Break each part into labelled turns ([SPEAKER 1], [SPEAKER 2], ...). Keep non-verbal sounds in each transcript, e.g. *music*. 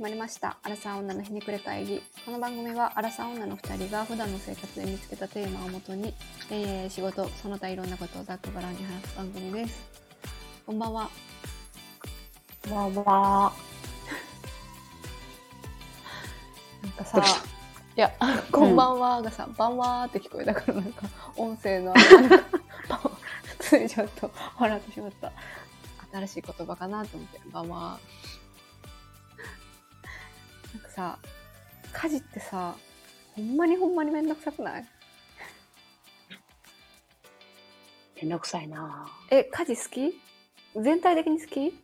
[SPEAKER 1] まりました。アラサー女のひねくれ会議。この番組は、アラサー女の二人が普段の生活で見つけたテーマをもとに、えー仕事、その他いろんなことをざっくばらんに話す番組です。こんばんは。
[SPEAKER 2] わわなんかさ、
[SPEAKER 1] いや、こ
[SPEAKER 2] こ
[SPEAKER 1] ん
[SPEAKER 2] ん
[SPEAKER 1] ば
[SPEAKER 2] ば
[SPEAKER 1] んはがさ、ばんわーって聞こえたから、なんか、音声
[SPEAKER 2] *laughs*
[SPEAKER 1] の、普通にちょっと笑ってしまった。新しい言葉かなと思って、ばんわー。なんかさ、家事ってさ、ほんまにほんまにめんどくさくない
[SPEAKER 2] めんどくさいな
[SPEAKER 1] え、家事好き全体的に好き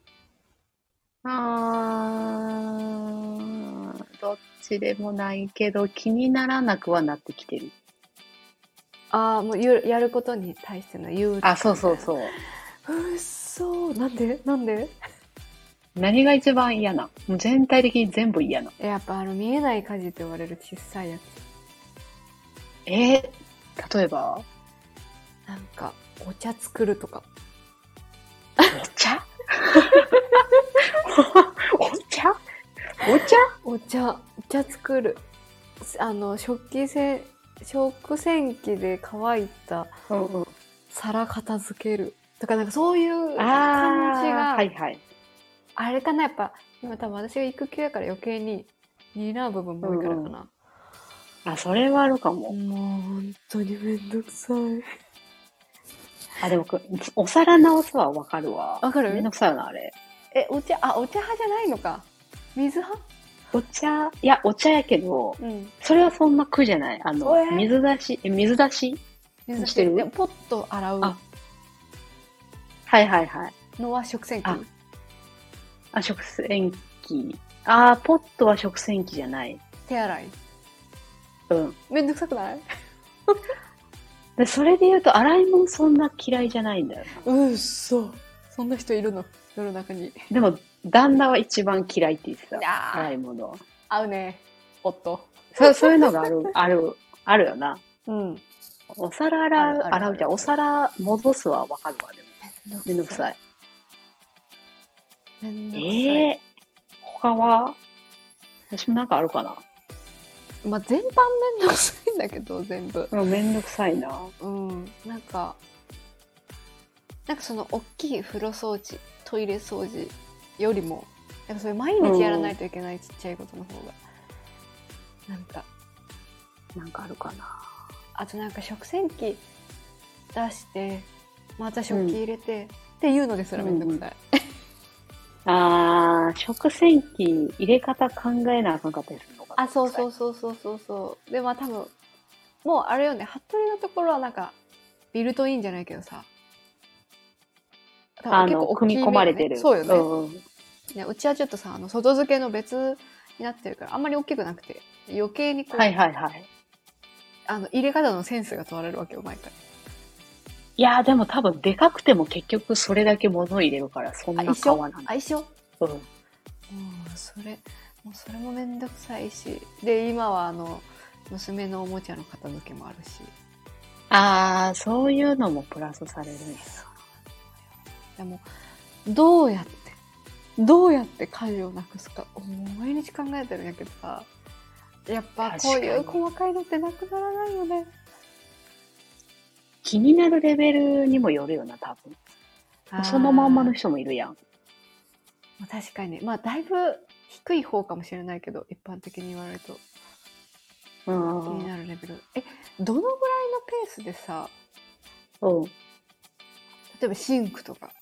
[SPEAKER 2] あーどっちでもないけど、気にならなくはなってきてる。
[SPEAKER 1] ああ、もうゆるやることに対しての憂鬱
[SPEAKER 2] あ、そうそうそう。
[SPEAKER 1] う。うっそー。なんでなんで
[SPEAKER 2] 何が一番嫌なもう全体的に全部嫌な。
[SPEAKER 1] えやっぱあの、見えない家事って言われる小さいやつ。
[SPEAKER 2] えー、例えば、
[SPEAKER 1] なんか、お茶作るとか。
[SPEAKER 2] お茶お茶お茶
[SPEAKER 1] お茶、お茶作る。あの、食器せん、食洗機で乾いた
[SPEAKER 2] うんうん。
[SPEAKER 1] 皿片付ける。とか、なんかそういう感じ
[SPEAKER 2] あ
[SPEAKER 1] が、
[SPEAKER 2] あ、
[SPEAKER 1] あ,、
[SPEAKER 2] はいはい。
[SPEAKER 1] れかな、やっぱ、今多分私が育休やから余計に担う部分も多いからかな。
[SPEAKER 2] あ、それはあるかも。
[SPEAKER 1] もう本当にめんどくさい。
[SPEAKER 2] あ、でもこ、お皿直すはわかるわ。
[SPEAKER 1] わかる
[SPEAKER 2] めんどくさいよな、あれ。
[SPEAKER 1] え、お茶、あ、お茶派じゃないのか。水派
[SPEAKER 2] お茶、いや、お茶やけど、
[SPEAKER 1] うん。
[SPEAKER 2] それはそんな苦じゃない。あの、
[SPEAKER 1] えー
[SPEAKER 2] 水出し、え、水出し
[SPEAKER 1] 水
[SPEAKER 2] してる
[SPEAKER 1] でもポット洗う
[SPEAKER 2] あはいはいはい。
[SPEAKER 1] のは食洗機。
[SPEAKER 2] ああ、食洗機。あー、ポットは食洗機じゃない。
[SPEAKER 1] 手洗い。
[SPEAKER 2] うん。
[SPEAKER 1] めんどくさくない
[SPEAKER 2] で、それで言うと、洗い物そんな嫌いじゃないんだよ
[SPEAKER 1] うっそ。そんな人いるの世の中に。
[SPEAKER 2] な。でも、旦那は一番嫌いって言ってた。
[SPEAKER 1] あー
[SPEAKER 2] 洗い物。
[SPEAKER 1] 合うね。夫。
[SPEAKER 2] そう、そういうのがある、ある、あるよな。
[SPEAKER 1] うん。め
[SPEAKER 2] お皿洗う
[SPEAKER 1] あ、るある
[SPEAKER 2] 洗うじゃん。お皿戻すはわかるわ、でも。めんどく
[SPEAKER 1] い。
[SPEAKER 2] さい。
[SPEAKER 1] めんどくさい。
[SPEAKER 2] ええー、他は私もなんかあるかな。
[SPEAKER 1] まあ、全般めんどくさいんだけど、全部。
[SPEAKER 2] うん、めんどくさいな。
[SPEAKER 1] うん。なんか、なんかその、大きい風呂掃除、トイレ掃除よりも、なんかそれ毎日やらないといけないちっちゃいことの方が。なんか、
[SPEAKER 2] なんかあるかな。
[SPEAKER 1] あとなんか食洗機出して、また食器入れて、っていうのですらめんどくさい。
[SPEAKER 2] あー、食洗機入れ方考えなあかんかったりするのかな。
[SPEAKER 1] あ、そうそうそうそうそうそう。で、まあ多分、もうあれよね、服部のところはなんか、ビルトインじゃないけどさ。多分
[SPEAKER 2] あ
[SPEAKER 1] 結
[SPEAKER 2] の、
[SPEAKER 1] 構
[SPEAKER 2] 組み込まれてる。
[SPEAKER 1] そうよね、
[SPEAKER 2] うんうん
[SPEAKER 1] ねうちはちょっとさ、あの外付けの別になってるから、あんまり大きくなくて、余計にこう、
[SPEAKER 2] はいはいはい。
[SPEAKER 1] あの入れ方のセンスが問われるわけよ、毎回。
[SPEAKER 2] いやー、でも多分でかくても結局それだけ物を入れるから、そん
[SPEAKER 1] あ、
[SPEAKER 2] な
[SPEAKER 1] 一
[SPEAKER 2] 変
[SPEAKER 1] 緒
[SPEAKER 2] わらない。
[SPEAKER 1] 相性
[SPEAKER 2] うん
[SPEAKER 1] うん、それ、もうそれもめんどくさいし。で、今はあの、娘のおもちゃの片付けもあるし。
[SPEAKER 2] あー、そういうのもプラスされるね。
[SPEAKER 1] でもどうやってどうやって家事をなくすかもう毎日考えてるんやけどさやっぱこういう
[SPEAKER 2] 確かに
[SPEAKER 1] 細かいのってなくならないよね
[SPEAKER 2] 気になるレベルにもよるよな、多分。そのまんまの人もいるやん。
[SPEAKER 1] あー確かにまあだいぶ低い方かもしれないけど一般的に言われると
[SPEAKER 2] う
[SPEAKER 1] 気
[SPEAKER 2] ん。う
[SPEAKER 1] に
[SPEAKER 2] ん
[SPEAKER 1] なるレベルえどのぐらいのペースでさ
[SPEAKER 2] うん。
[SPEAKER 1] 例えばシンクとか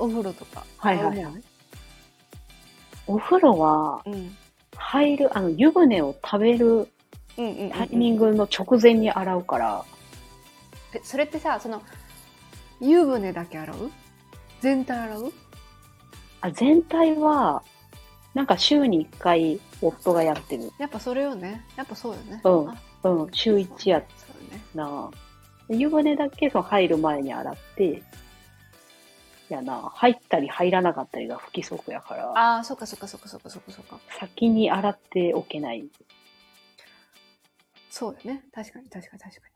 [SPEAKER 1] お風呂とか
[SPEAKER 2] はいはいはい
[SPEAKER 1] 洗うもん
[SPEAKER 2] お風呂は、
[SPEAKER 1] うん
[SPEAKER 2] 入る、あの、湯船を食べる
[SPEAKER 1] うんうんうんうん
[SPEAKER 2] タイミングの直前に洗うから、
[SPEAKER 1] えそれってさその湯船だけ洗う全体洗う
[SPEAKER 2] あ全体は、なんか週に1回夫がやってる
[SPEAKER 1] やっぱそれよね。やっぱそうよね。
[SPEAKER 2] うん
[SPEAKER 1] あ
[SPEAKER 2] うん週一やっ
[SPEAKER 1] そうよね。
[SPEAKER 2] な。湯船だけその入る前に洗って、やな、入ったり入らなかったりが不規則やから、
[SPEAKER 1] ああ、そっかそっかそっかそっかそっかそっか。
[SPEAKER 2] 先に洗っておけない。
[SPEAKER 1] そうよね。確かに確かに確かに。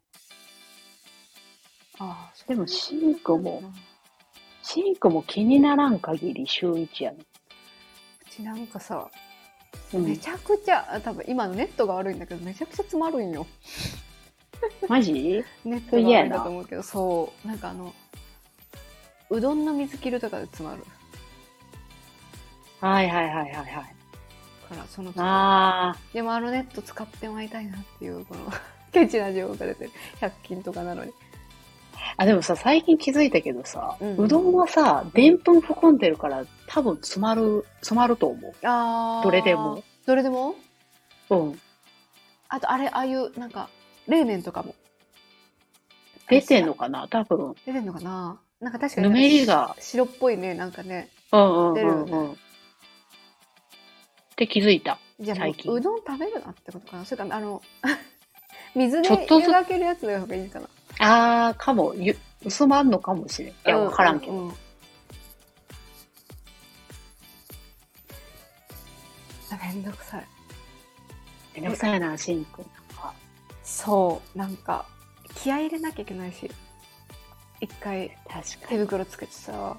[SPEAKER 1] ああ、そう
[SPEAKER 2] でもシンクも、シンクも気にならん限り週一やな。
[SPEAKER 1] うちなんかさ、
[SPEAKER 2] うん
[SPEAKER 1] めちゃくちゃあ多分今ネットが悪いんだけどめちゃくちゃつまるんよ
[SPEAKER 2] マジ
[SPEAKER 1] ネットが悪いんだと思うけどそうなんかあのうどんの水切るとかでつまる
[SPEAKER 2] はいはいはいはいはい。
[SPEAKER 1] からその
[SPEAKER 2] あ
[SPEAKER 1] でもあのネット使ってもらいたいなっていうこの *laughs* ケチな情報が出てる100均とかなのに
[SPEAKER 2] ーあ、でもさ、最近気づいたけどさ、
[SPEAKER 1] うん
[SPEAKER 2] うどんはさ、でんぷん含んでるから、多分詰まる、詰まると思
[SPEAKER 1] あー
[SPEAKER 2] どれでも
[SPEAKER 1] どれでも
[SPEAKER 2] う。うん。
[SPEAKER 1] あとあれああいうなんか冷麺とかも
[SPEAKER 2] 出てんのかな多分、
[SPEAKER 1] 出てんのかななんか確かに
[SPEAKER 2] ぬめりが、
[SPEAKER 1] 白っぽいねなんかね
[SPEAKER 2] うんうん
[SPEAKER 1] 出
[SPEAKER 2] う
[SPEAKER 1] るよ
[SPEAKER 2] ん
[SPEAKER 1] ね
[SPEAKER 2] うん。って気づいた。
[SPEAKER 1] じゃあも
[SPEAKER 2] 最近
[SPEAKER 1] ううどん食べるなってことかなそれかあの *laughs* 水で
[SPEAKER 2] ちょっとず
[SPEAKER 1] 湯
[SPEAKER 2] つ
[SPEAKER 1] がけるやつの方がいいかな
[SPEAKER 2] あー、かも、ゆ、薄まんのかもしれん。いや、
[SPEAKER 1] う
[SPEAKER 2] わからんけど。
[SPEAKER 1] ううあめんどくさい
[SPEAKER 2] めんどくさいな、シンくん。
[SPEAKER 1] そうなんか気合い入れなきゃいけないし一回
[SPEAKER 2] 確か
[SPEAKER 1] 手
[SPEAKER 2] に。
[SPEAKER 1] 袋つけてさ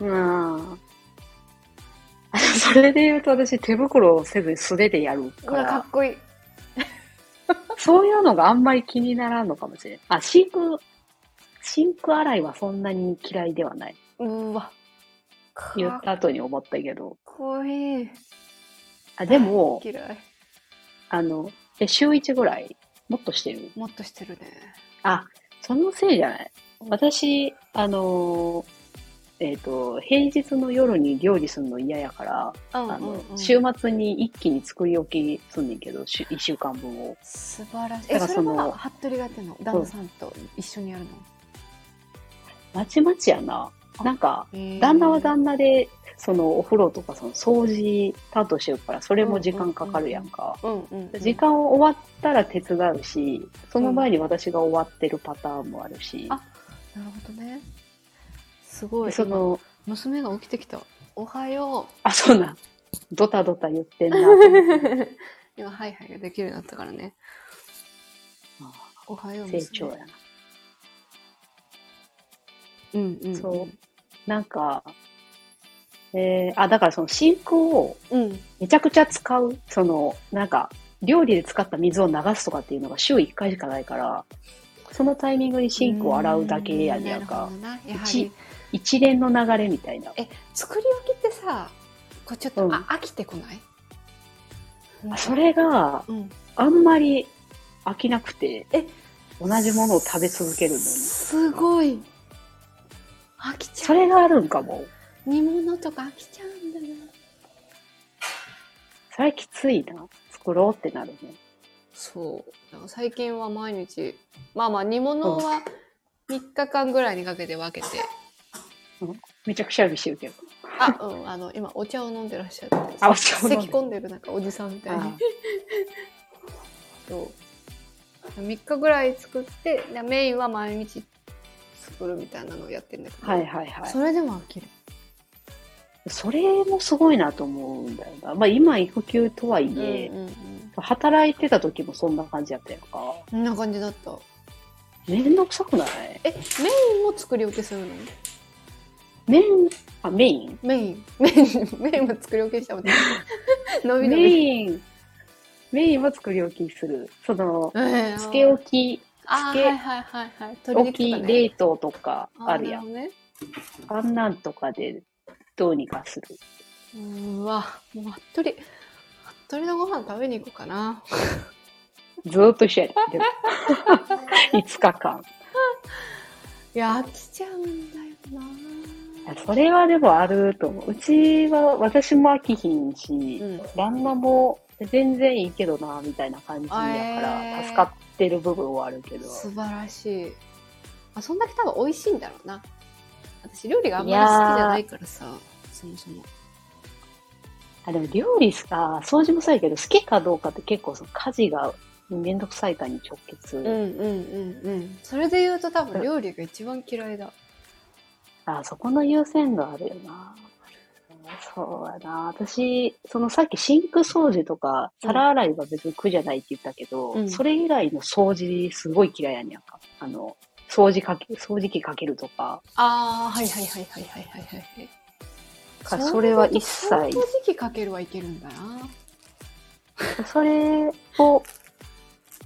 [SPEAKER 2] うん。それで言うと私手袋をせずに素手でやる
[SPEAKER 1] う
[SPEAKER 2] か
[SPEAKER 1] わからっ、こいい
[SPEAKER 2] そういうのがあんまり気にならんのかもしれん。あ、シンク、シンク洗いはそんなに嫌いではない。
[SPEAKER 1] うわか
[SPEAKER 2] 言った
[SPEAKER 1] っ
[SPEAKER 2] 後に思ったけど。
[SPEAKER 1] こいい
[SPEAKER 2] あ、でも、
[SPEAKER 1] 嫌い
[SPEAKER 2] あの、え、週1ぐらい、もっとしてる。
[SPEAKER 1] もっとしてるね
[SPEAKER 2] あ、そのせいじゃない。私、あのーえっ、と、平日の夜に料理するの嫌やから、
[SPEAKER 1] うん
[SPEAKER 2] あの
[SPEAKER 1] うん、うん
[SPEAKER 2] 週末に一気に作り置きすんねんけど、し1週間分を。
[SPEAKER 1] 素晴らしい
[SPEAKER 2] だ
[SPEAKER 1] え
[SPEAKER 2] から
[SPEAKER 1] それ
[SPEAKER 2] その
[SPEAKER 1] は服部がやってんの旦那さんと一緒にやるの
[SPEAKER 2] まちまちやな。なんか、
[SPEAKER 1] へー
[SPEAKER 2] 旦那は旦那で、そのお風呂とかその掃除担当してるから、それも時間かかるやんか。
[SPEAKER 1] うんうんうん
[SPEAKER 2] 時間終わったら手伝うし、その前に私が終わってるパターンもあるし、
[SPEAKER 1] あなるほどねすごい
[SPEAKER 2] その、
[SPEAKER 1] 今娘が起きてきたおはよ
[SPEAKER 2] あ、そうなん。ドタドタ言って *laughs* んなと
[SPEAKER 1] う
[SPEAKER 2] 思
[SPEAKER 1] *laughs*
[SPEAKER 2] って。
[SPEAKER 1] 今ハイハイができるようになったからね
[SPEAKER 2] あ
[SPEAKER 1] おはよう
[SPEAKER 2] 成
[SPEAKER 1] 娘
[SPEAKER 2] 長やな。
[SPEAKER 1] うんうんん
[SPEAKER 2] そなんか、えー、あ、だからその真空を
[SPEAKER 1] うん
[SPEAKER 2] めちゃくちゃ使う、その、なんか、料理で使った水を流すとかっていうのが週1回しかないから、そのタイミングにシンクを洗うだけやねやんか
[SPEAKER 1] う、んなるほどなやは
[SPEAKER 2] 一
[SPEAKER 1] り
[SPEAKER 2] 一連の流れみたいな。
[SPEAKER 1] 作り置きってさこうちょっと、
[SPEAKER 2] うん
[SPEAKER 1] あ飽きてこない
[SPEAKER 2] あそれが
[SPEAKER 1] うん
[SPEAKER 2] あんまり飽きなくて、
[SPEAKER 1] え
[SPEAKER 2] 同じものを食べ続けるのに。
[SPEAKER 1] すごい飽きちゃう
[SPEAKER 2] それがあるんかも。
[SPEAKER 1] 煮物とか飽きちゃうんだな
[SPEAKER 2] それきついな。作ろうってなるね。
[SPEAKER 1] そうなんか最近は毎日まあまあ煮物は3日間ぐらいにかけて分けて
[SPEAKER 2] めちゃくちゃびしてるけど。
[SPEAKER 1] あ、うん、あの今お茶を飲んでらっしゃる
[SPEAKER 2] *laughs* あお茶を飲んでる
[SPEAKER 1] 咳込んでるなんかおじさんみたいに
[SPEAKER 2] あ
[SPEAKER 1] そう3日ぐらい作ってでメインは毎日作るみたいなのをやってんだけど、
[SPEAKER 2] はいはいはい。
[SPEAKER 1] それでも飽きる
[SPEAKER 2] それもすごいなと思うんだよな。まあ今育休とはいえ、
[SPEAKER 1] うんうん
[SPEAKER 2] 働いてた時もそんな感じやったやんか。
[SPEAKER 1] こんな感じだった
[SPEAKER 2] めんどくさくない
[SPEAKER 1] えメインも作り置きするの
[SPEAKER 2] メイン、あ、メイン
[SPEAKER 1] メインメインメインも作り置きしたもんね伸び伸
[SPEAKER 2] *laughs* メ
[SPEAKER 1] び
[SPEAKER 2] イン、メインは作り置きする。その、
[SPEAKER 1] ええ
[SPEAKER 2] つけ置き、
[SPEAKER 1] あー
[SPEAKER 2] つけ
[SPEAKER 1] はいはいはいはい
[SPEAKER 2] 置
[SPEAKER 1] 鶏
[SPEAKER 2] き、
[SPEAKER 1] 肉とかね
[SPEAKER 2] 冷凍とかあるや
[SPEAKER 1] あ
[SPEAKER 2] ん。
[SPEAKER 1] ーなる
[SPEAKER 2] あんなんとかでどうにかする。
[SPEAKER 1] ほどねうーわもう服部服部のご飯食べに行こうか
[SPEAKER 2] *laughs*
[SPEAKER 1] な
[SPEAKER 2] ずーっと一緒や
[SPEAKER 1] *laughs*
[SPEAKER 2] で。でも5日間。
[SPEAKER 1] いや飽きちゃうんだよ
[SPEAKER 2] いやそれはでもあると思う。うちは私も飽きひんし、
[SPEAKER 1] ん
[SPEAKER 2] 旦那も全然いいけどな、みたいな感じやから、
[SPEAKER 1] えー
[SPEAKER 2] 助かってる部分はあるけど
[SPEAKER 1] な。素晴らしいあそんだけ多分美味しいんだろうな私料理があんまり
[SPEAKER 2] いや
[SPEAKER 1] 好
[SPEAKER 2] ー
[SPEAKER 1] きじゃないからさそもそも
[SPEAKER 2] あでも料理さ、掃除もそうやけど、好きかどうかって結構その家事がめんどくさいかに直結。
[SPEAKER 1] うんうんうんうんそれで言うと多分料理が一番嫌いだ
[SPEAKER 2] あそこの優先度あるよな。そうやな。私、そのさっきシンク掃除とか、
[SPEAKER 1] うん
[SPEAKER 2] 皿洗いは別に苦じゃないって言ったけど、
[SPEAKER 1] うん
[SPEAKER 2] それ以外の掃除すごい嫌いやねんやんか。あの、掃除かけ、掃除機かけるとか、
[SPEAKER 1] ああはいはいはいはいはいはいはい
[SPEAKER 2] からそれは一切
[SPEAKER 1] 掃除機かけるはいけるんだな。
[SPEAKER 2] それを、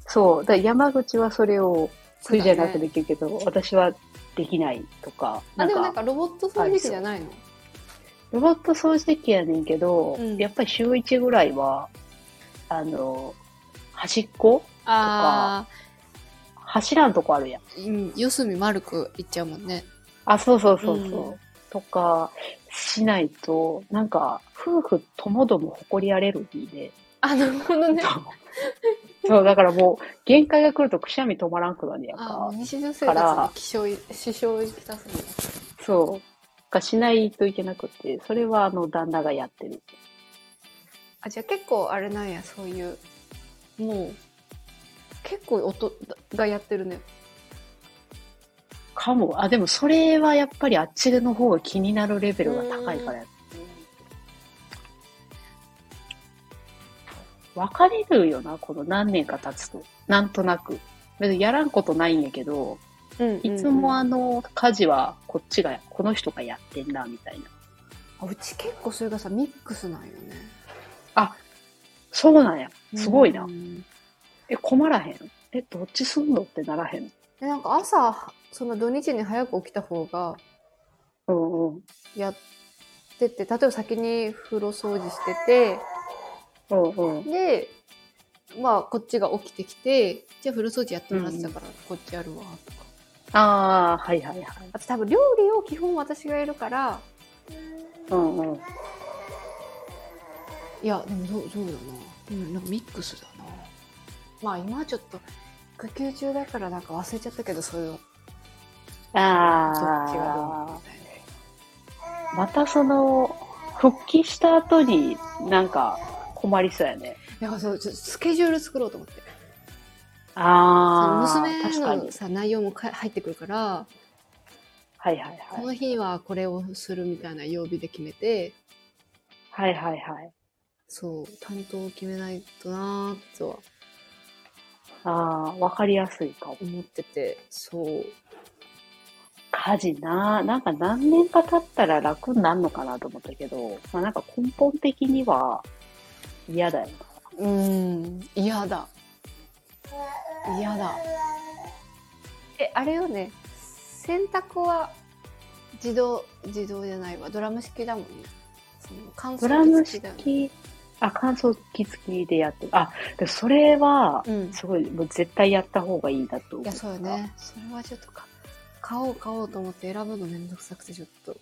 [SPEAKER 2] そう、だから山口はそれを冬じゃなくてできるけど、私はできないとか、
[SPEAKER 1] あ、
[SPEAKER 2] なん
[SPEAKER 1] でもなん
[SPEAKER 2] か、
[SPEAKER 1] かロボット掃除機じゃないの
[SPEAKER 2] ロボット掃除機やねんけど、
[SPEAKER 1] うん
[SPEAKER 2] やっぱり週1ぐらいは、あの、端っこ
[SPEAKER 1] あ
[SPEAKER 2] 走らんとこあるやん。
[SPEAKER 1] あ、うん、四隅丸くいっちゃうもんね。
[SPEAKER 2] あ、そうそうそうそう。
[SPEAKER 1] うん
[SPEAKER 2] とか、しないと、なんか、夫婦ともども誇りアレルギーで、
[SPEAKER 1] あ、なるほどね。
[SPEAKER 2] そう、だからもう、限界が来るとくしゃみ止まらんくなるやん
[SPEAKER 1] あ
[SPEAKER 2] か
[SPEAKER 1] ー、。日常生活の気象い支障をきたすんだ。
[SPEAKER 2] そう。がしないといけなくて、それはあの旦那がやってる。
[SPEAKER 1] あ、じゃあ結構あれなんや、そういう。もう、結構音がやってるね。
[SPEAKER 2] かも。あ、でもそれはやっぱりあっちの方が気になるレベルが高いからや分かれるよな、この何年か経つと。なんとなく。別にやらんことないんやけど、
[SPEAKER 1] うんうんうん
[SPEAKER 2] いつもあの家事はこっちが、この人がやってんな、みたいな。
[SPEAKER 1] あうち結構それがさミックスなんよね
[SPEAKER 2] そうなんや。すごいな。
[SPEAKER 1] うん
[SPEAKER 2] え、困らへん。え、どっちすんのってならへん。
[SPEAKER 1] でなんか朝その土日に早く起きた方が
[SPEAKER 2] うんうん。
[SPEAKER 1] やってて例えば先に風呂掃除してて
[SPEAKER 2] うんうん。
[SPEAKER 1] でまあこっちが起きてきてじゃあ風呂掃除やってもらってたからこっちやるわとか、
[SPEAKER 2] ああ、はいはいはい。
[SPEAKER 1] あと多分料理を基本私がやるから
[SPEAKER 2] うんうん。
[SPEAKER 1] いやでもそうそうだなうんなんかミックスだなまあ今はちょっと育休中だからなんか忘れちゃったけどそういうのどっ
[SPEAKER 2] あ
[SPEAKER 1] ちがどう
[SPEAKER 2] あ
[SPEAKER 1] み。たいな。
[SPEAKER 2] またその、復帰した後になんか困りそうやね。
[SPEAKER 1] いやそうちょっとスケジュール作ろうと思ってその
[SPEAKER 2] ああ。
[SPEAKER 1] 娘
[SPEAKER 2] 確かに
[SPEAKER 1] の。さ内容もか入ってくるから
[SPEAKER 2] はいはい
[SPEAKER 1] こ
[SPEAKER 2] はい。
[SPEAKER 1] の日はこれをするみたいな曜日で決めて
[SPEAKER 2] はいはいはい。
[SPEAKER 1] そう担当を決めないとなーとは
[SPEAKER 2] ああ、わかりやすいかも。
[SPEAKER 1] 思っててそう
[SPEAKER 2] 家事な、なんか何年か経ったら楽になるのかなと思ったけど、まあなんか根本的には嫌だよな。
[SPEAKER 1] うーん嫌だ嫌だえあれよね洗濯は自動自動じゃないわドラム式だもんねその乾
[SPEAKER 2] ドラム
[SPEAKER 1] 燥機付きだよね
[SPEAKER 2] 式、あ、乾燥機付きでやってる。あ、でもそれは、
[SPEAKER 1] うん
[SPEAKER 2] すごい、もう絶対やった方がいいなと思
[SPEAKER 1] いやそうよ。ねそれはちょっとか買おう買おうと思って選ぶのめんどくさくてちょっと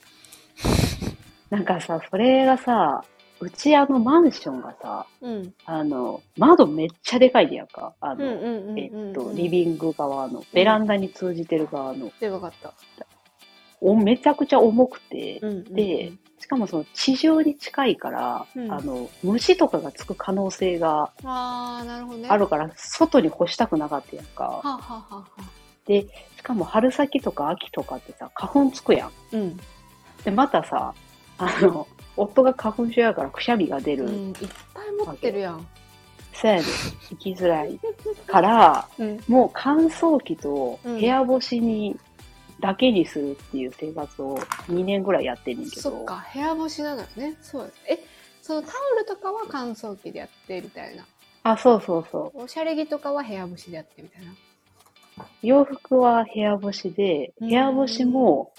[SPEAKER 2] なんかさ、それがさ、うちあのマンションがさ、
[SPEAKER 1] うん
[SPEAKER 2] あの、窓めっちゃでかいでやんか。あ
[SPEAKER 1] うん
[SPEAKER 2] の、
[SPEAKER 1] うんうんうんうん
[SPEAKER 2] えっと、リビング側の、ベランダに通じてる側の、
[SPEAKER 1] で分かった、
[SPEAKER 2] おめちゃくちゃ重くて、
[SPEAKER 1] うんうんうん
[SPEAKER 2] で、しかもその地上に近いから、
[SPEAKER 1] うん
[SPEAKER 2] あの、虫とかがつく可能性が
[SPEAKER 1] ああなるほどね
[SPEAKER 2] あるから、外に干したくなかったやん
[SPEAKER 1] は
[SPEAKER 2] か。
[SPEAKER 1] あ、はあはあはあ、
[SPEAKER 2] しかも春先とか秋とかってさ、花粉つくやん。
[SPEAKER 1] うん、
[SPEAKER 2] で、またさ、あの、夫が花粉症やからくしゃみが出る。
[SPEAKER 1] うん、いっぱい持ってるやん、
[SPEAKER 2] そやで、行きづらいから、
[SPEAKER 1] うん、
[SPEAKER 2] もう乾燥機と部屋干しに、だけにするっていう生活を2年ぐらいやってんねんけど。
[SPEAKER 1] そっか部屋干しなのよねそうえそのタオルとかは乾燥機でやってみたいな
[SPEAKER 2] あ、そうそうそ
[SPEAKER 1] おしゃれ着とかは部屋干しでやってみたいな
[SPEAKER 2] う。洋服は部屋干しで、
[SPEAKER 1] う
[SPEAKER 2] 部
[SPEAKER 1] ん
[SPEAKER 2] 屋干しも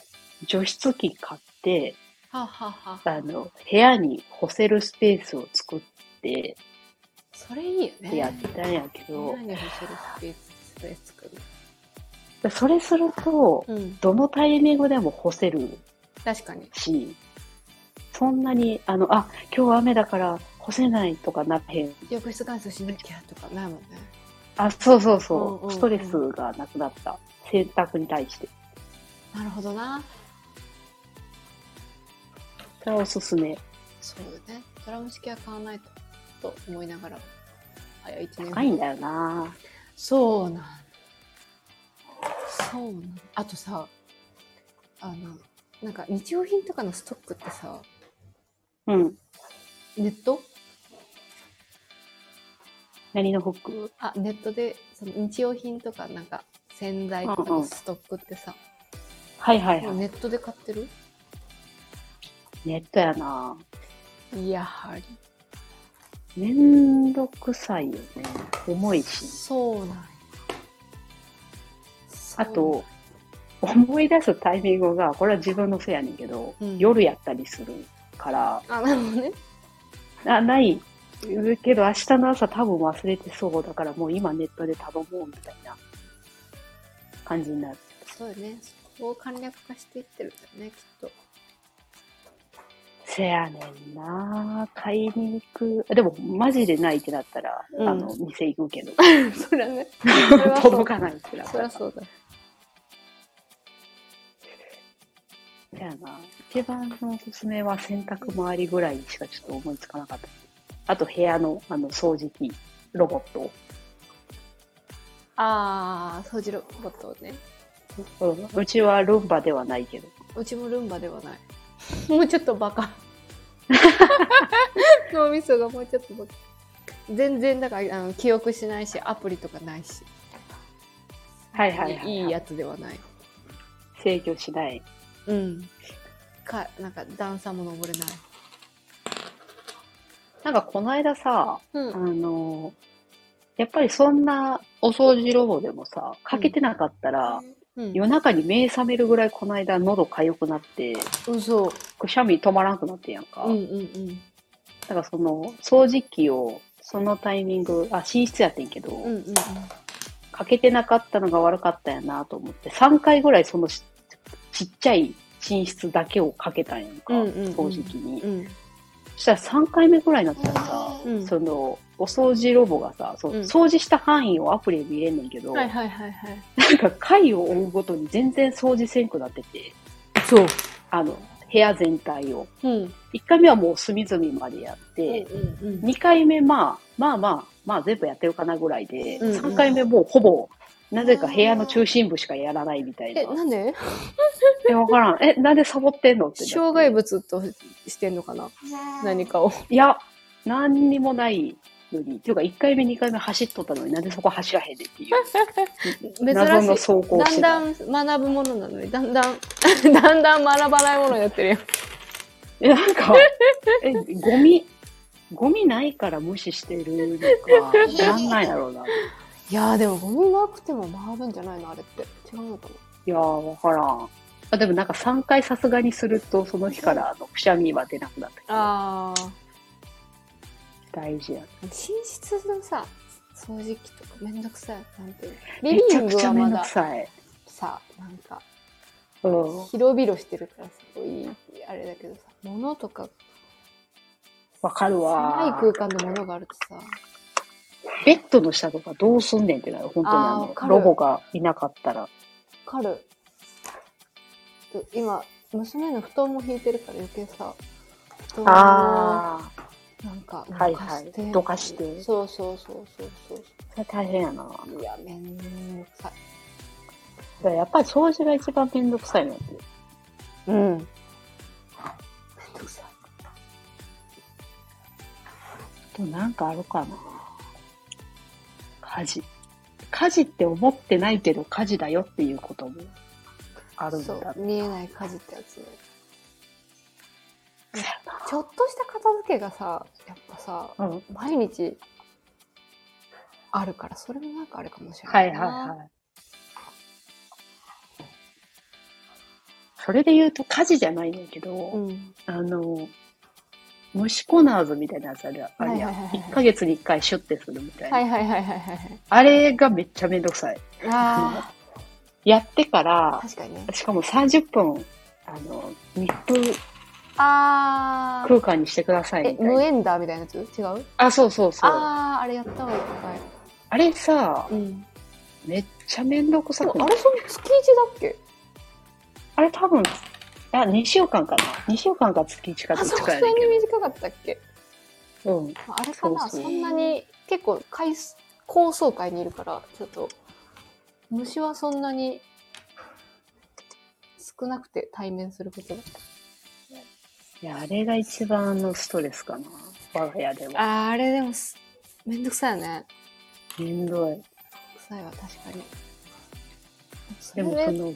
[SPEAKER 2] 除湿機買って、
[SPEAKER 1] はあ、はあはあ、
[SPEAKER 2] あの、部屋に干せるスペースを作って
[SPEAKER 1] それいいよね
[SPEAKER 2] やったんやけど、
[SPEAKER 1] 何をしてるスペーススペース作る
[SPEAKER 2] それすると、
[SPEAKER 1] のうん
[SPEAKER 2] どのタイミングでも干せる
[SPEAKER 1] 確かに
[SPEAKER 2] し、そんなに、あの、あ、今日は雨だから干せないとかならへん。
[SPEAKER 1] 浴室乾燥しなきゃとかないもんね
[SPEAKER 2] あ、そうそうそう、
[SPEAKER 1] うんうんうん
[SPEAKER 2] ストレスがなくなった。洗濯に対して。
[SPEAKER 1] なるほどな
[SPEAKER 2] それはおすすめ。
[SPEAKER 1] そうよねドラム式は買わないとと思いながら早い1年
[SPEAKER 2] 高いんだよな
[SPEAKER 1] そうなんそうなんあとさあのなんか日用品とかのストックってさ
[SPEAKER 2] うん。
[SPEAKER 1] ネット
[SPEAKER 2] 何のホック
[SPEAKER 1] あネットでその日用品とかなんか洗剤とか
[SPEAKER 2] うんう
[SPEAKER 1] の
[SPEAKER 2] ん
[SPEAKER 1] ストックってさ、
[SPEAKER 2] はいはい
[SPEAKER 1] もう
[SPEAKER 2] はい。
[SPEAKER 1] ネットで買ってる
[SPEAKER 2] ネットやな。
[SPEAKER 1] やはり
[SPEAKER 2] めんどくさいよね。重いし。
[SPEAKER 1] そうなんや
[SPEAKER 2] あと、思い出すタイミングが、これは自分のせいやねんけど、
[SPEAKER 1] うん
[SPEAKER 2] 夜やったりするから、
[SPEAKER 1] そうあなるほどね
[SPEAKER 2] あ、ない。けど明日の朝多分忘れてそうだからもう今ネットで頼もうみたいな感じになる。
[SPEAKER 1] そうよねそこを簡略化していってるんだよねきっ
[SPEAKER 2] せやねんな買いに行く。でもマジでないってなったら、
[SPEAKER 1] うん
[SPEAKER 2] あの、店行くけど。
[SPEAKER 1] と *laughs* そりゃねそれはそう
[SPEAKER 2] 届かないってなっ
[SPEAKER 1] *laughs*
[SPEAKER 2] た
[SPEAKER 1] そり
[SPEAKER 2] ら
[SPEAKER 1] ゃ。そうだ
[SPEAKER 2] せやな。一番のおすすめは洗濯周りぐらいしかちょっと思いつかなかった。あと部屋のあの掃除機、ロボット。
[SPEAKER 1] ああ掃除ロボットね
[SPEAKER 2] うんうちはルンバではないけど。
[SPEAKER 1] うちもルンバではないもうちょっとバカ *laughs* 脳みそがもうちょっとバカ全然だからあの記憶しないしアプリとかないし
[SPEAKER 2] はいはいはい、はい。
[SPEAKER 1] いいやつではない
[SPEAKER 2] 制御しない。
[SPEAKER 1] うんかなんか段差も登れない
[SPEAKER 2] なんかこの間さ、
[SPEAKER 1] う
[SPEAKER 2] あの、やっぱりそんなお掃除ロボでもさ、かけてなかったら、
[SPEAKER 1] うん
[SPEAKER 2] 夜中に目覚めるぐらいこの間喉かゆくなって、
[SPEAKER 1] 嘘
[SPEAKER 2] くしゃみ止まらなくなってんやんか。
[SPEAKER 1] うんうんうん
[SPEAKER 2] だからその掃除機をそのタイミング、あ、寝室やってんけど、
[SPEAKER 1] うんうんうん
[SPEAKER 2] かけてなかったのが悪かったんやなと思って、3回ぐらいそのしちっちゃい寝室だけをかけたんやんか、
[SPEAKER 1] うんうんうん
[SPEAKER 2] 掃除機に。
[SPEAKER 1] うん
[SPEAKER 2] そしたら3回目ぐらいになったらさ、
[SPEAKER 1] うん
[SPEAKER 2] その、お掃除ロボがさ、そう
[SPEAKER 1] うん
[SPEAKER 2] 掃除した範囲をアプリで見れんねんけど、
[SPEAKER 1] はいはいはいはい
[SPEAKER 2] なんか回を追うごとに全然掃除せんくなってて、
[SPEAKER 1] そう
[SPEAKER 2] あの、部屋全体を。
[SPEAKER 1] うん
[SPEAKER 2] 1回目はもう隅々までやっ
[SPEAKER 1] うん
[SPEAKER 2] て、
[SPEAKER 1] うん
[SPEAKER 2] 2回目まあ、まあまあ、まあ全部やってるかなぐらいで、
[SPEAKER 1] うんうん
[SPEAKER 2] 3回目もうほぼ、なぜか部屋の中心部しかやらないみたいな。
[SPEAKER 1] えなんで
[SPEAKER 2] え、わからん。え、なんでサボってんのってなって。
[SPEAKER 1] 障害物としてんのかな何かを
[SPEAKER 2] いや、何にもないのに。っていうか、1回目、2回目走っとったのになんでそこ走らへんねんっていう。
[SPEAKER 1] *laughs* 珍
[SPEAKER 2] 謎の
[SPEAKER 1] しい
[SPEAKER 2] 走行を
[SPEAKER 1] だ
[SPEAKER 2] して
[SPEAKER 1] ん
[SPEAKER 2] た。
[SPEAKER 1] だん学ぶものなのにだんだ *laughs* んだんだん学ばないものやってるよ
[SPEAKER 2] え、なんか、え、ゴミ、ゴミないから無視してるの
[SPEAKER 1] *laughs*
[SPEAKER 2] か、なんなんやろうな。い
[SPEAKER 1] いやーでもゴミなくても回るんじゃないのあれって違うのかな
[SPEAKER 2] やー、わからん。あでもなんか3回さすがにすると、その日からあのくしゃみは出なくなったけど。
[SPEAKER 1] ああ
[SPEAKER 2] 大事や。
[SPEAKER 1] 寝室のさ掃除機とかめんどくさいなんていうの
[SPEAKER 2] め
[SPEAKER 1] リビ
[SPEAKER 2] ちゃ
[SPEAKER 1] ン
[SPEAKER 2] く
[SPEAKER 1] グ
[SPEAKER 2] ちゃ
[SPEAKER 1] は
[SPEAKER 2] め
[SPEAKER 1] ま
[SPEAKER 2] んど
[SPEAKER 1] だ
[SPEAKER 2] くさい。
[SPEAKER 1] さなんか
[SPEAKER 2] うん。
[SPEAKER 1] 広々してるからすごいあれだけどさ物とか
[SPEAKER 2] わかる
[SPEAKER 1] 狭い
[SPEAKER 2] わ。
[SPEAKER 1] 空間で物があるとさ
[SPEAKER 2] ベッドの下とかどうすんねんってなる。本当に
[SPEAKER 1] あーわ
[SPEAKER 2] あ
[SPEAKER 1] か
[SPEAKER 2] の、
[SPEAKER 1] る
[SPEAKER 2] ロボがいなかったら。
[SPEAKER 1] わかるちょっと今娘の布団も引いてるから余計さ布団を
[SPEAKER 2] ああ。
[SPEAKER 1] なんか
[SPEAKER 2] はいはいどかして
[SPEAKER 1] そうそうそうそうそう
[SPEAKER 2] それ大変やな。だか
[SPEAKER 1] いやめんどくさい
[SPEAKER 2] らやっぱり掃除が一番めんどくさいのって。
[SPEAKER 1] うんめんどくさい
[SPEAKER 2] でもなんかあるかな。家事。家事って思ってないけど家事だよっていうこともあるんだ
[SPEAKER 1] そ
[SPEAKER 2] な。
[SPEAKER 1] う見えない家事ってやつ
[SPEAKER 2] そうやな
[SPEAKER 1] ちょっとした片付けがさやっぱさ
[SPEAKER 2] うん。
[SPEAKER 1] 毎日あるからそれもなんかあれかもしれ
[SPEAKER 2] は
[SPEAKER 1] ない
[SPEAKER 2] はい
[SPEAKER 1] いな
[SPEAKER 2] はい。それで言うと家事じゃないんだけど、
[SPEAKER 1] うん
[SPEAKER 2] あの、虫コナーズみたいなやつあるやん。あれや
[SPEAKER 1] はいはいはいはい
[SPEAKER 2] 1ヶ月に1回シュッてするみたいな。
[SPEAKER 1] はいはいはいはいはい
[SPEAKER 2] あれがめっちゃめんどくさい。
[SPEAKER 1] あ
[SPEAKER 2] やってか
[SPEAKER 1] あ
[SPEAKER 2] ら、
[SPEAKER 1] 確かにね
[SPEAKER 2] *laughs* しかも30分、あの、密封
[SPEAKER 1] ああ
[SPEAKER 2] 空間にしてください
[SPEAKER 1] え
[SPEAKER 2] みたい
[SPEAKER 1] 無
[SPEAKER 2] な。
[SPEAKER 1] 縁だみたいなやつ違う
[SPEAKER 2] あ、そうそうそう。あ
[SPEAKER 1] あああれやったわ一回
[SPEAKER 2] れさ、
[SPEAKER 1] うん
[SPEAKER 2] めっちゃめんどくさくな
[SPEAKER 1] あ
[SPEAKER 2] い
[SPEAKER 1] れそれ月1だっけ
[SPEAKER 2] あれ多分、あ、2週間かな。2週間か月1かど
[SPEAKER 1] あ
[SPEAKER 2] っ
[SPEAKER 1] そ
[SPEAKER 2] ち
[SPEAKER 1] んな
[SPEAKER 2] かや
[SPEAKER 1] に
[SPEAKER 2] ねんけ
[SPEAKER 1] 短かったっけ
[SPEAKER 2] ど。うん。
[SPEAKER 1] まああれかな
[SPEAKER 2] そ
[SPEAKER 1] そう
[SPEAKER 2] そうん
[SPEAKER 1] なに結構回数高層階にいるからちょっと虫はそんなに少なくて対面することが
[SPEAKER 2] いや、あれが一番のストレスかな。我が家では。
[SPEAKER 1] あーあれでもすめんどくさいよね
[SPEAKER 2] めんどい。
[SPEAKER 1] めんどくさいわ確かにそ
[SPEAKER 2] で
[SPEAKER 1] れ
[SPEAKER 2] もそ
[SPEAKER 1] で
[SPEAKER 2] の、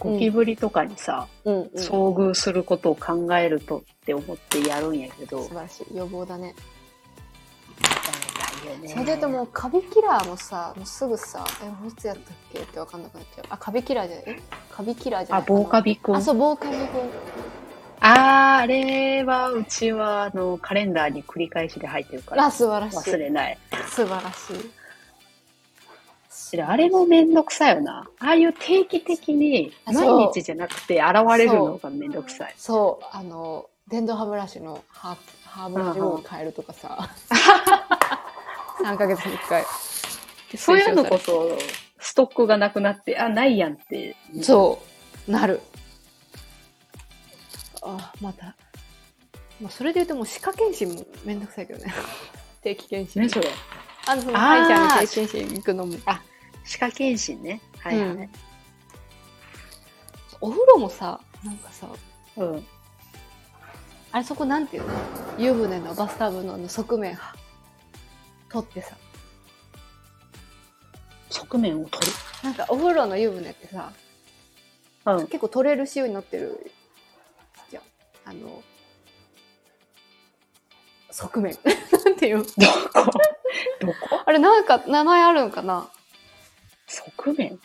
[SPEAKER 2] ゴキブリとかにさ、
[SPEAKER 1] うん、うん、
[SPEAKER 2] 遭遇することを考えるとって思ってやるんやけど、
[SPEAKER 1] 素晴らしい予防だね
[SPEAKER 2] いやいやね
[SPEAKER 1] それで言うともうカビキラーもさもうすぐさ「えもういつやったっけ?」って分かんなくなっちゃうあカビキラーじゃないえカビキラーじゃな
[SPEAKER 2] あ、
[SPEAKER 1] い
[SPEAKER 2] 防カビくん。
[SPEAKER 1] あ
[SPEAKER 2] あ
[SPEAKER 1] そう防カビくん
[SPEAKER 2] あー、あれは、うちは、あの、カレンダーに繰り返しで入ってるから、
[SPEAKER 1] あ素晴らしい
[SPEAKER 2] 忘れない。
[SPEAKER 1] 素晴らしい
[SPEAKER 2] であれもめんどくさいよな。ああいう定期的に、
[SPEAKER 1] あそう
[SPEAKER 2] 毎日じゃなくて現れるのがめんどくさい。
[SPEAKER 1] そうあの電動歯ブラシのハ歯ブラシを変えるとかさ3ヶ月に1回
[SPEAKER 2] そういうのこそ、ストックがなくなって、あ、ないやんって。
[SPEAKER 1] そうなるあまた、まあ、それで言うともう歯科検診もめんどくさいけ
[SPEAKER 2] *laughs*
[SPEAKER 1] どね定期検診
[SPEAKER 2] ね、それ。
[SPEAKER 1] あのその
[SPEAKER 2] あー
[SPEAKER 1] 歯医者の定期検診行くのも
[SPEAKER 2] 歯科検診ね。はいはい。
[SPEAKER 1] お風呂もさなんかさ
[SPEAKER 2] うん。
[SPEAKER 1] あれそこなんていうの湯船のバスタブのあの側面は取ってさ
[SPEAKER 2] 側面を取 *laughs* る。
[SPEAKER 1] なんかお風呂の湯船ってさ
[SPEAKER 2] うん。
[SPEAKER 1] 結構取れる仕様になってるじゃんあの側面 *laughs* なんていうの
[SPEAKER 2] どこどこ
[SPEAKER 1] あれなんか名前あるのかな
[SPEAKER 2] 側面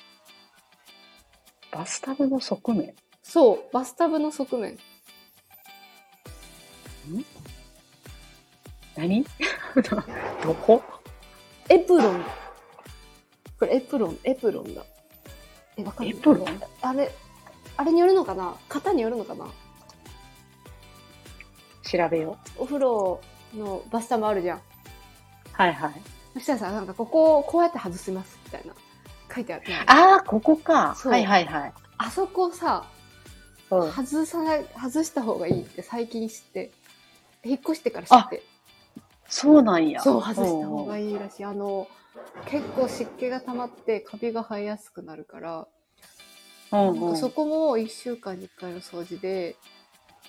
[SPEAKER 2] バスタブの側面
[SPEAKER 1] そうバスタブの側面
[SPEAKER 2] 何 *laughs* どこ
[SPEAKER 1] エプロンこれエプロンエプロンだえわかる
[SPEAKER 2] エプロン
[SPEAKER 1] あれあれによるのかな型によるのかな
[SPEAKER 2] 調べよ
[SPEAKER 1] お風呂のバスタブあるじゃん
[SPEAKER 2] う。はいはい。
[SPEAKER 1] そしたらさなんかここをこうやって外しますみたいな書いてあるあ
[SPEAKER 2] ああ、ここか。
[SPEAKER 1] そう
[SPEAKER 2] はいはいはい。
[SPEAKER 1] あそこさ
[SPEAKER 2] うん、
[SPEAKER 1] 外さない外した方がいいって最近知って引っ越してから知って
[SPEAKER 2] そうなんや。
[SPEAKER 1] そう外した方が
[SPEAKER 2] いい。
[SPEAKER 1] いいらしいあの結構湿気が溜まってカビが生えやすくなるから
[SPEAKER 2] うん
[SPEAKER 1] なん
[SPEAKER 2] う
[SPEAKER 1] かそ
[SPEAKER 2] ん、
[SPEAKER 1] こも1週間に1回の掃除で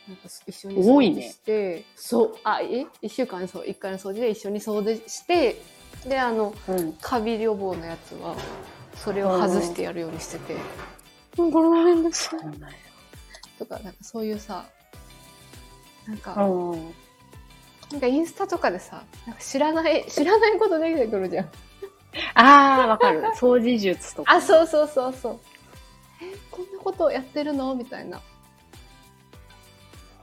[SPEAKER 1] なんか一緒に
[SPEAKER 2] 多
[SPEAKER 1] 掃
[SPEAKER 2] い
[SPEAKER 1] 除
[SPEAKER 2] ね
[SPEAKER 1] して、そうあえ1週間にそう1回の掃除で一緒に掃除してであの
[SPEAKER 2] うん。
[SPEAKER 1] カビ予防のやつはそれを外してやるようにしてて、うん、これもめんどく
[SPEAKER 2] そ
[SPEAKER 1] さ
[SPEAKER 2] う
[SPEAKER 1] い
[SPEAKER 2] なんや。
[SPEAKER 1] とかなんかそういうさなんか、
[SPEAKER 2] うんうん。
[SPEAKER 1] なんかインスタとかでさなんか知らない知らないこと出てくるじゃん
[SPEAKER 2] ああ、わか *laughs* る。掃除術とか。
[SPEAKER 1] あそうそうそうそうえこんなことやってるのみたいな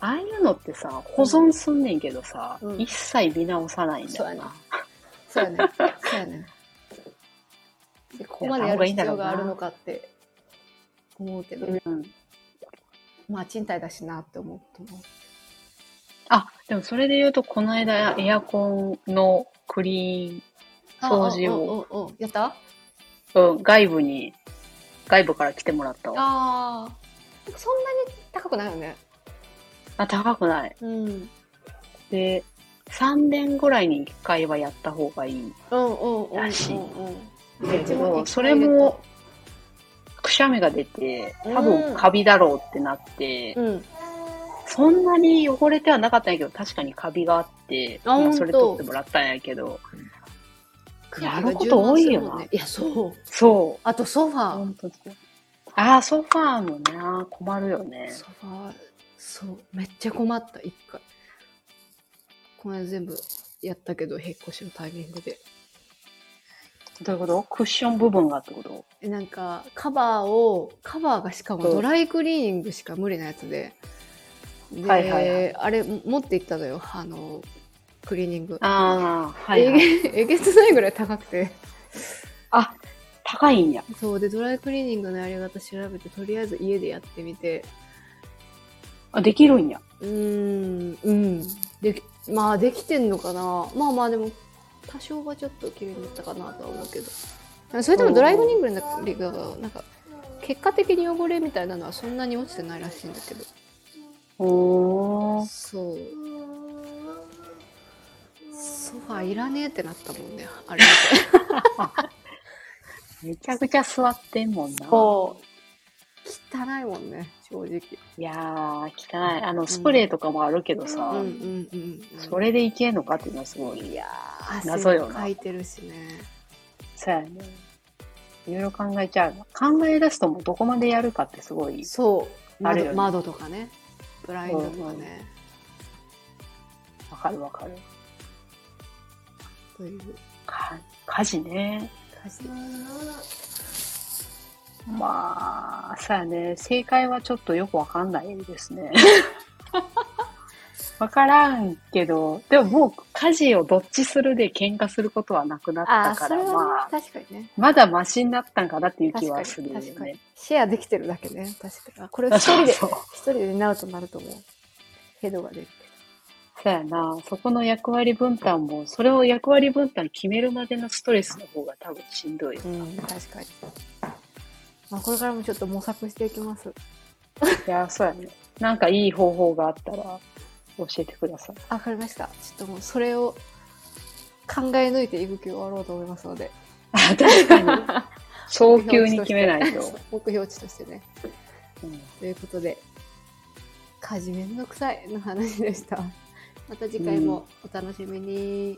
[SPEAKER 2] ああいうのってさ、保存すんねんけどさ、
[SPEAKER 1] うん
[SPEAKER 2] 一切見直さないんだよな。
[SPEAKER 1] そうやねそうやねでここまでやる必要があるのかって思うけど、
[SPEAKER 2] うん。
[SPEAKER 1] まあ賃貸だしなって思うと思う
[SPEAKER 2] あ、でもそれで言うと、この間エアコンのクリーン掃除を
[SPEAKER 1] ああうんうんうんやった
[SPEAKER 2] うん、外部に、外部から来てもらったわ。
[SPEAKER 1] ああーそんなに高くないよね
[SPEAKER 2] あ、高くない。
[SPEAKER 1] うんうん
[SPEAKER 2] で、3年ぐらいに1回はやった方がいいん
[SPEAKER 1] うんうん
[SPEAKER 2] らしい
[SPEAKER 1] うん
[SPEAKER 2] だけ
[SPEAKER 1] う
[SPEAKER 2] ど、
[SPEAKER 1] ん
[SPEAKER 2] それも、くしゃみが出て、多
[SPEAKER 1] う
[SPEAKER 2] 分
[SPEAKER 1] ん
[SPEAKER 2] カビだろうってなって、
[SPEAKER 1] うん
[SPEAKER 2] そんなに汚れてはなかったんやけど、確かにカビがあって、
[SPEAKER 1] あ
[SPEAKER 2] ま
[SPEAKER 1] ほん
[SPEAKER 2] あ
[SPEAKER 1] と
[SPEAKER 2] それ取ってもらったんやけど、や
[SPEAKER 1] 空
[SPEAKER 2] るこ
[SPEAKER 1] 気が充
[SPEAKER 2] と多
[SPEAKER 1] 満
[SPEAKER 2] い
[SPEAKER 1] する
[SPEAKER 2] よ
[SPEAKER 1] もん
[SPEAKER 2] な
[SPEAKER 1] ね。いやそう
[SPEAKER 2] そう。
[SPEAKER 1] あとソファー、
[SPEAKER 2] ほんとそうああ、ソファーもな、困るよね。
[SPEAKER 1] ソファーそうめっちゃ困った一回この間全部やったけど引っ越しのタイミングで
[SPEAKER 2] どういうことクッション部分がってこと
[SPEAKER 1] えなんかカバーをカバーがしかも
[SPEAKER 2] うん
[SPEAKER 1] ドライクリーニングしか無理なやつでで、
[SPEAKER 2] はいはいはい
[SPEAKER 1] あれも持って行ったのよあのクリーニング、
[SPEAKER 2] ああ、はい、はい。
[SPEAKER 1] えげえ *laughs* げつないぐらい高くて
[SPEAKER 2] あ、高いんや。
[SPEAKER 1] そうでドライクリーニングのやり方調べてとりあえず家でやってみて
[SPEAKER 2] あ、できるんや。
[SPEAKER 1] うーん、うん。でき、まあできてんのかな。まあまあでも、多少はちょっと綺麗になったかなとは思うけど。それでもドライブニングルが、なんか、結果的に汚れみたいなのはそんなに落ちてないらしいんだけど。
[SPEAKER 2] おー。
[SPEAKER 1] そう。ソファーいらねえってなったもんね、あれ見て。
[SPEAKER 2] めちゃくちゃ座ってんもんな。
[SPEAKER 1] こう。汚いもんね、正直。
[SPEAKER 2] いやー、汚い。あの、スプレーとかもあるけど
[SPEAKER 1] う
[SPEAKER 2] さ、
[SPEAKER 1] んうんうん。
[SPEAKER 2] それでいけんのかっていうのはすごい。
[SPEAKER 1] いやー、
[SPEAKER 2] 謎
[SPEAKER 1] 汗
[SPEAKER 2] よ
[SPEAKER 1] も
[SPEAKER 2] な
[SPEAKER 1] かいてるしね。
[SPEAKER 2] そうやね。いろいろ考えちゃう。考え出すともうどこまでやるかってすごい。
[SPEAKER 1] そう
[SPEAKER 2] ある
[SPEAKER 1] 窓,、
[SPEAKER 2] よね
[SPEAKER 1] 窓とかねブラインドとかね、
[SPEAKER 2] わかるわかる。
[SPEAKER 1] という
[SPEAKER 2] か家事ね。
[SPEAKER 1] 感じ
[SPEAKER 2] まあ、さあね、正解はちょっとよくわかんないで
[SPEAKER 1] *laughs*
[SPEAKER 2] すね。わからんけど、でももう家事をどっちするで喧嘩することはなくなっ
[SPEAKER 1] あ
[SPEAKER 2] た
[SPEAKER 1] あ
[SPEAKER 2] か
[SPEAKER 1] それ
[SPEAKER 2] ら、
[SPEAKER 1] は
[SPEAKER 2] まあ、
[SPEAKER 1] ね確かにね
[SPEAKER 2] まだマシになったんかなっていう
[SPEAKER 1] 確
[SPEAKER 2] 気
[SPEAKER 1] か
[SPEAKER 2] は
[SPEAKER 1] に
[SPEAKER 2] するよ
[SPEAKER 1] 確か
[SPEAKER 2] ね
[SPEAKER 1] に。シェアできてるだけね確かにあこれを一人で
[SPEAKER 2] *laughs* そ
[SPEAKER 1] 一
[SPEAKER 2] う
[SPEAKER 1] 人で担うとなると思うヘドが出る
[SPEAKER 2] そうやな、そこの役割分担も、それを役割分担決めるまでのストレスの方が多分しんどいよ。
[SPEAKER 1] けどうん確かに、まあ、これからもちょっと模索していきます
[SPEAKER 2] いや、そうやね。なんかいい方法があったら教えてくだ
[SPEAKER 1] *laughs*
[SPEAKER 2] さい。
[SPEAKER 1] わかりましたちょっともうそれを考え抜いて育休終わろうと思いますので
[SPEAKER 2] あ確
[SPEAKER 1] *laughs*
[SPEAKER 2] かに。 *laughs* 早急に決めないと。
[SPEAKER 1] 目標値としてね
[SPEAKER 2] うん
[SPEAKER 1] ということで家事めんどくさいの話でしたまた次回もお楽しみに、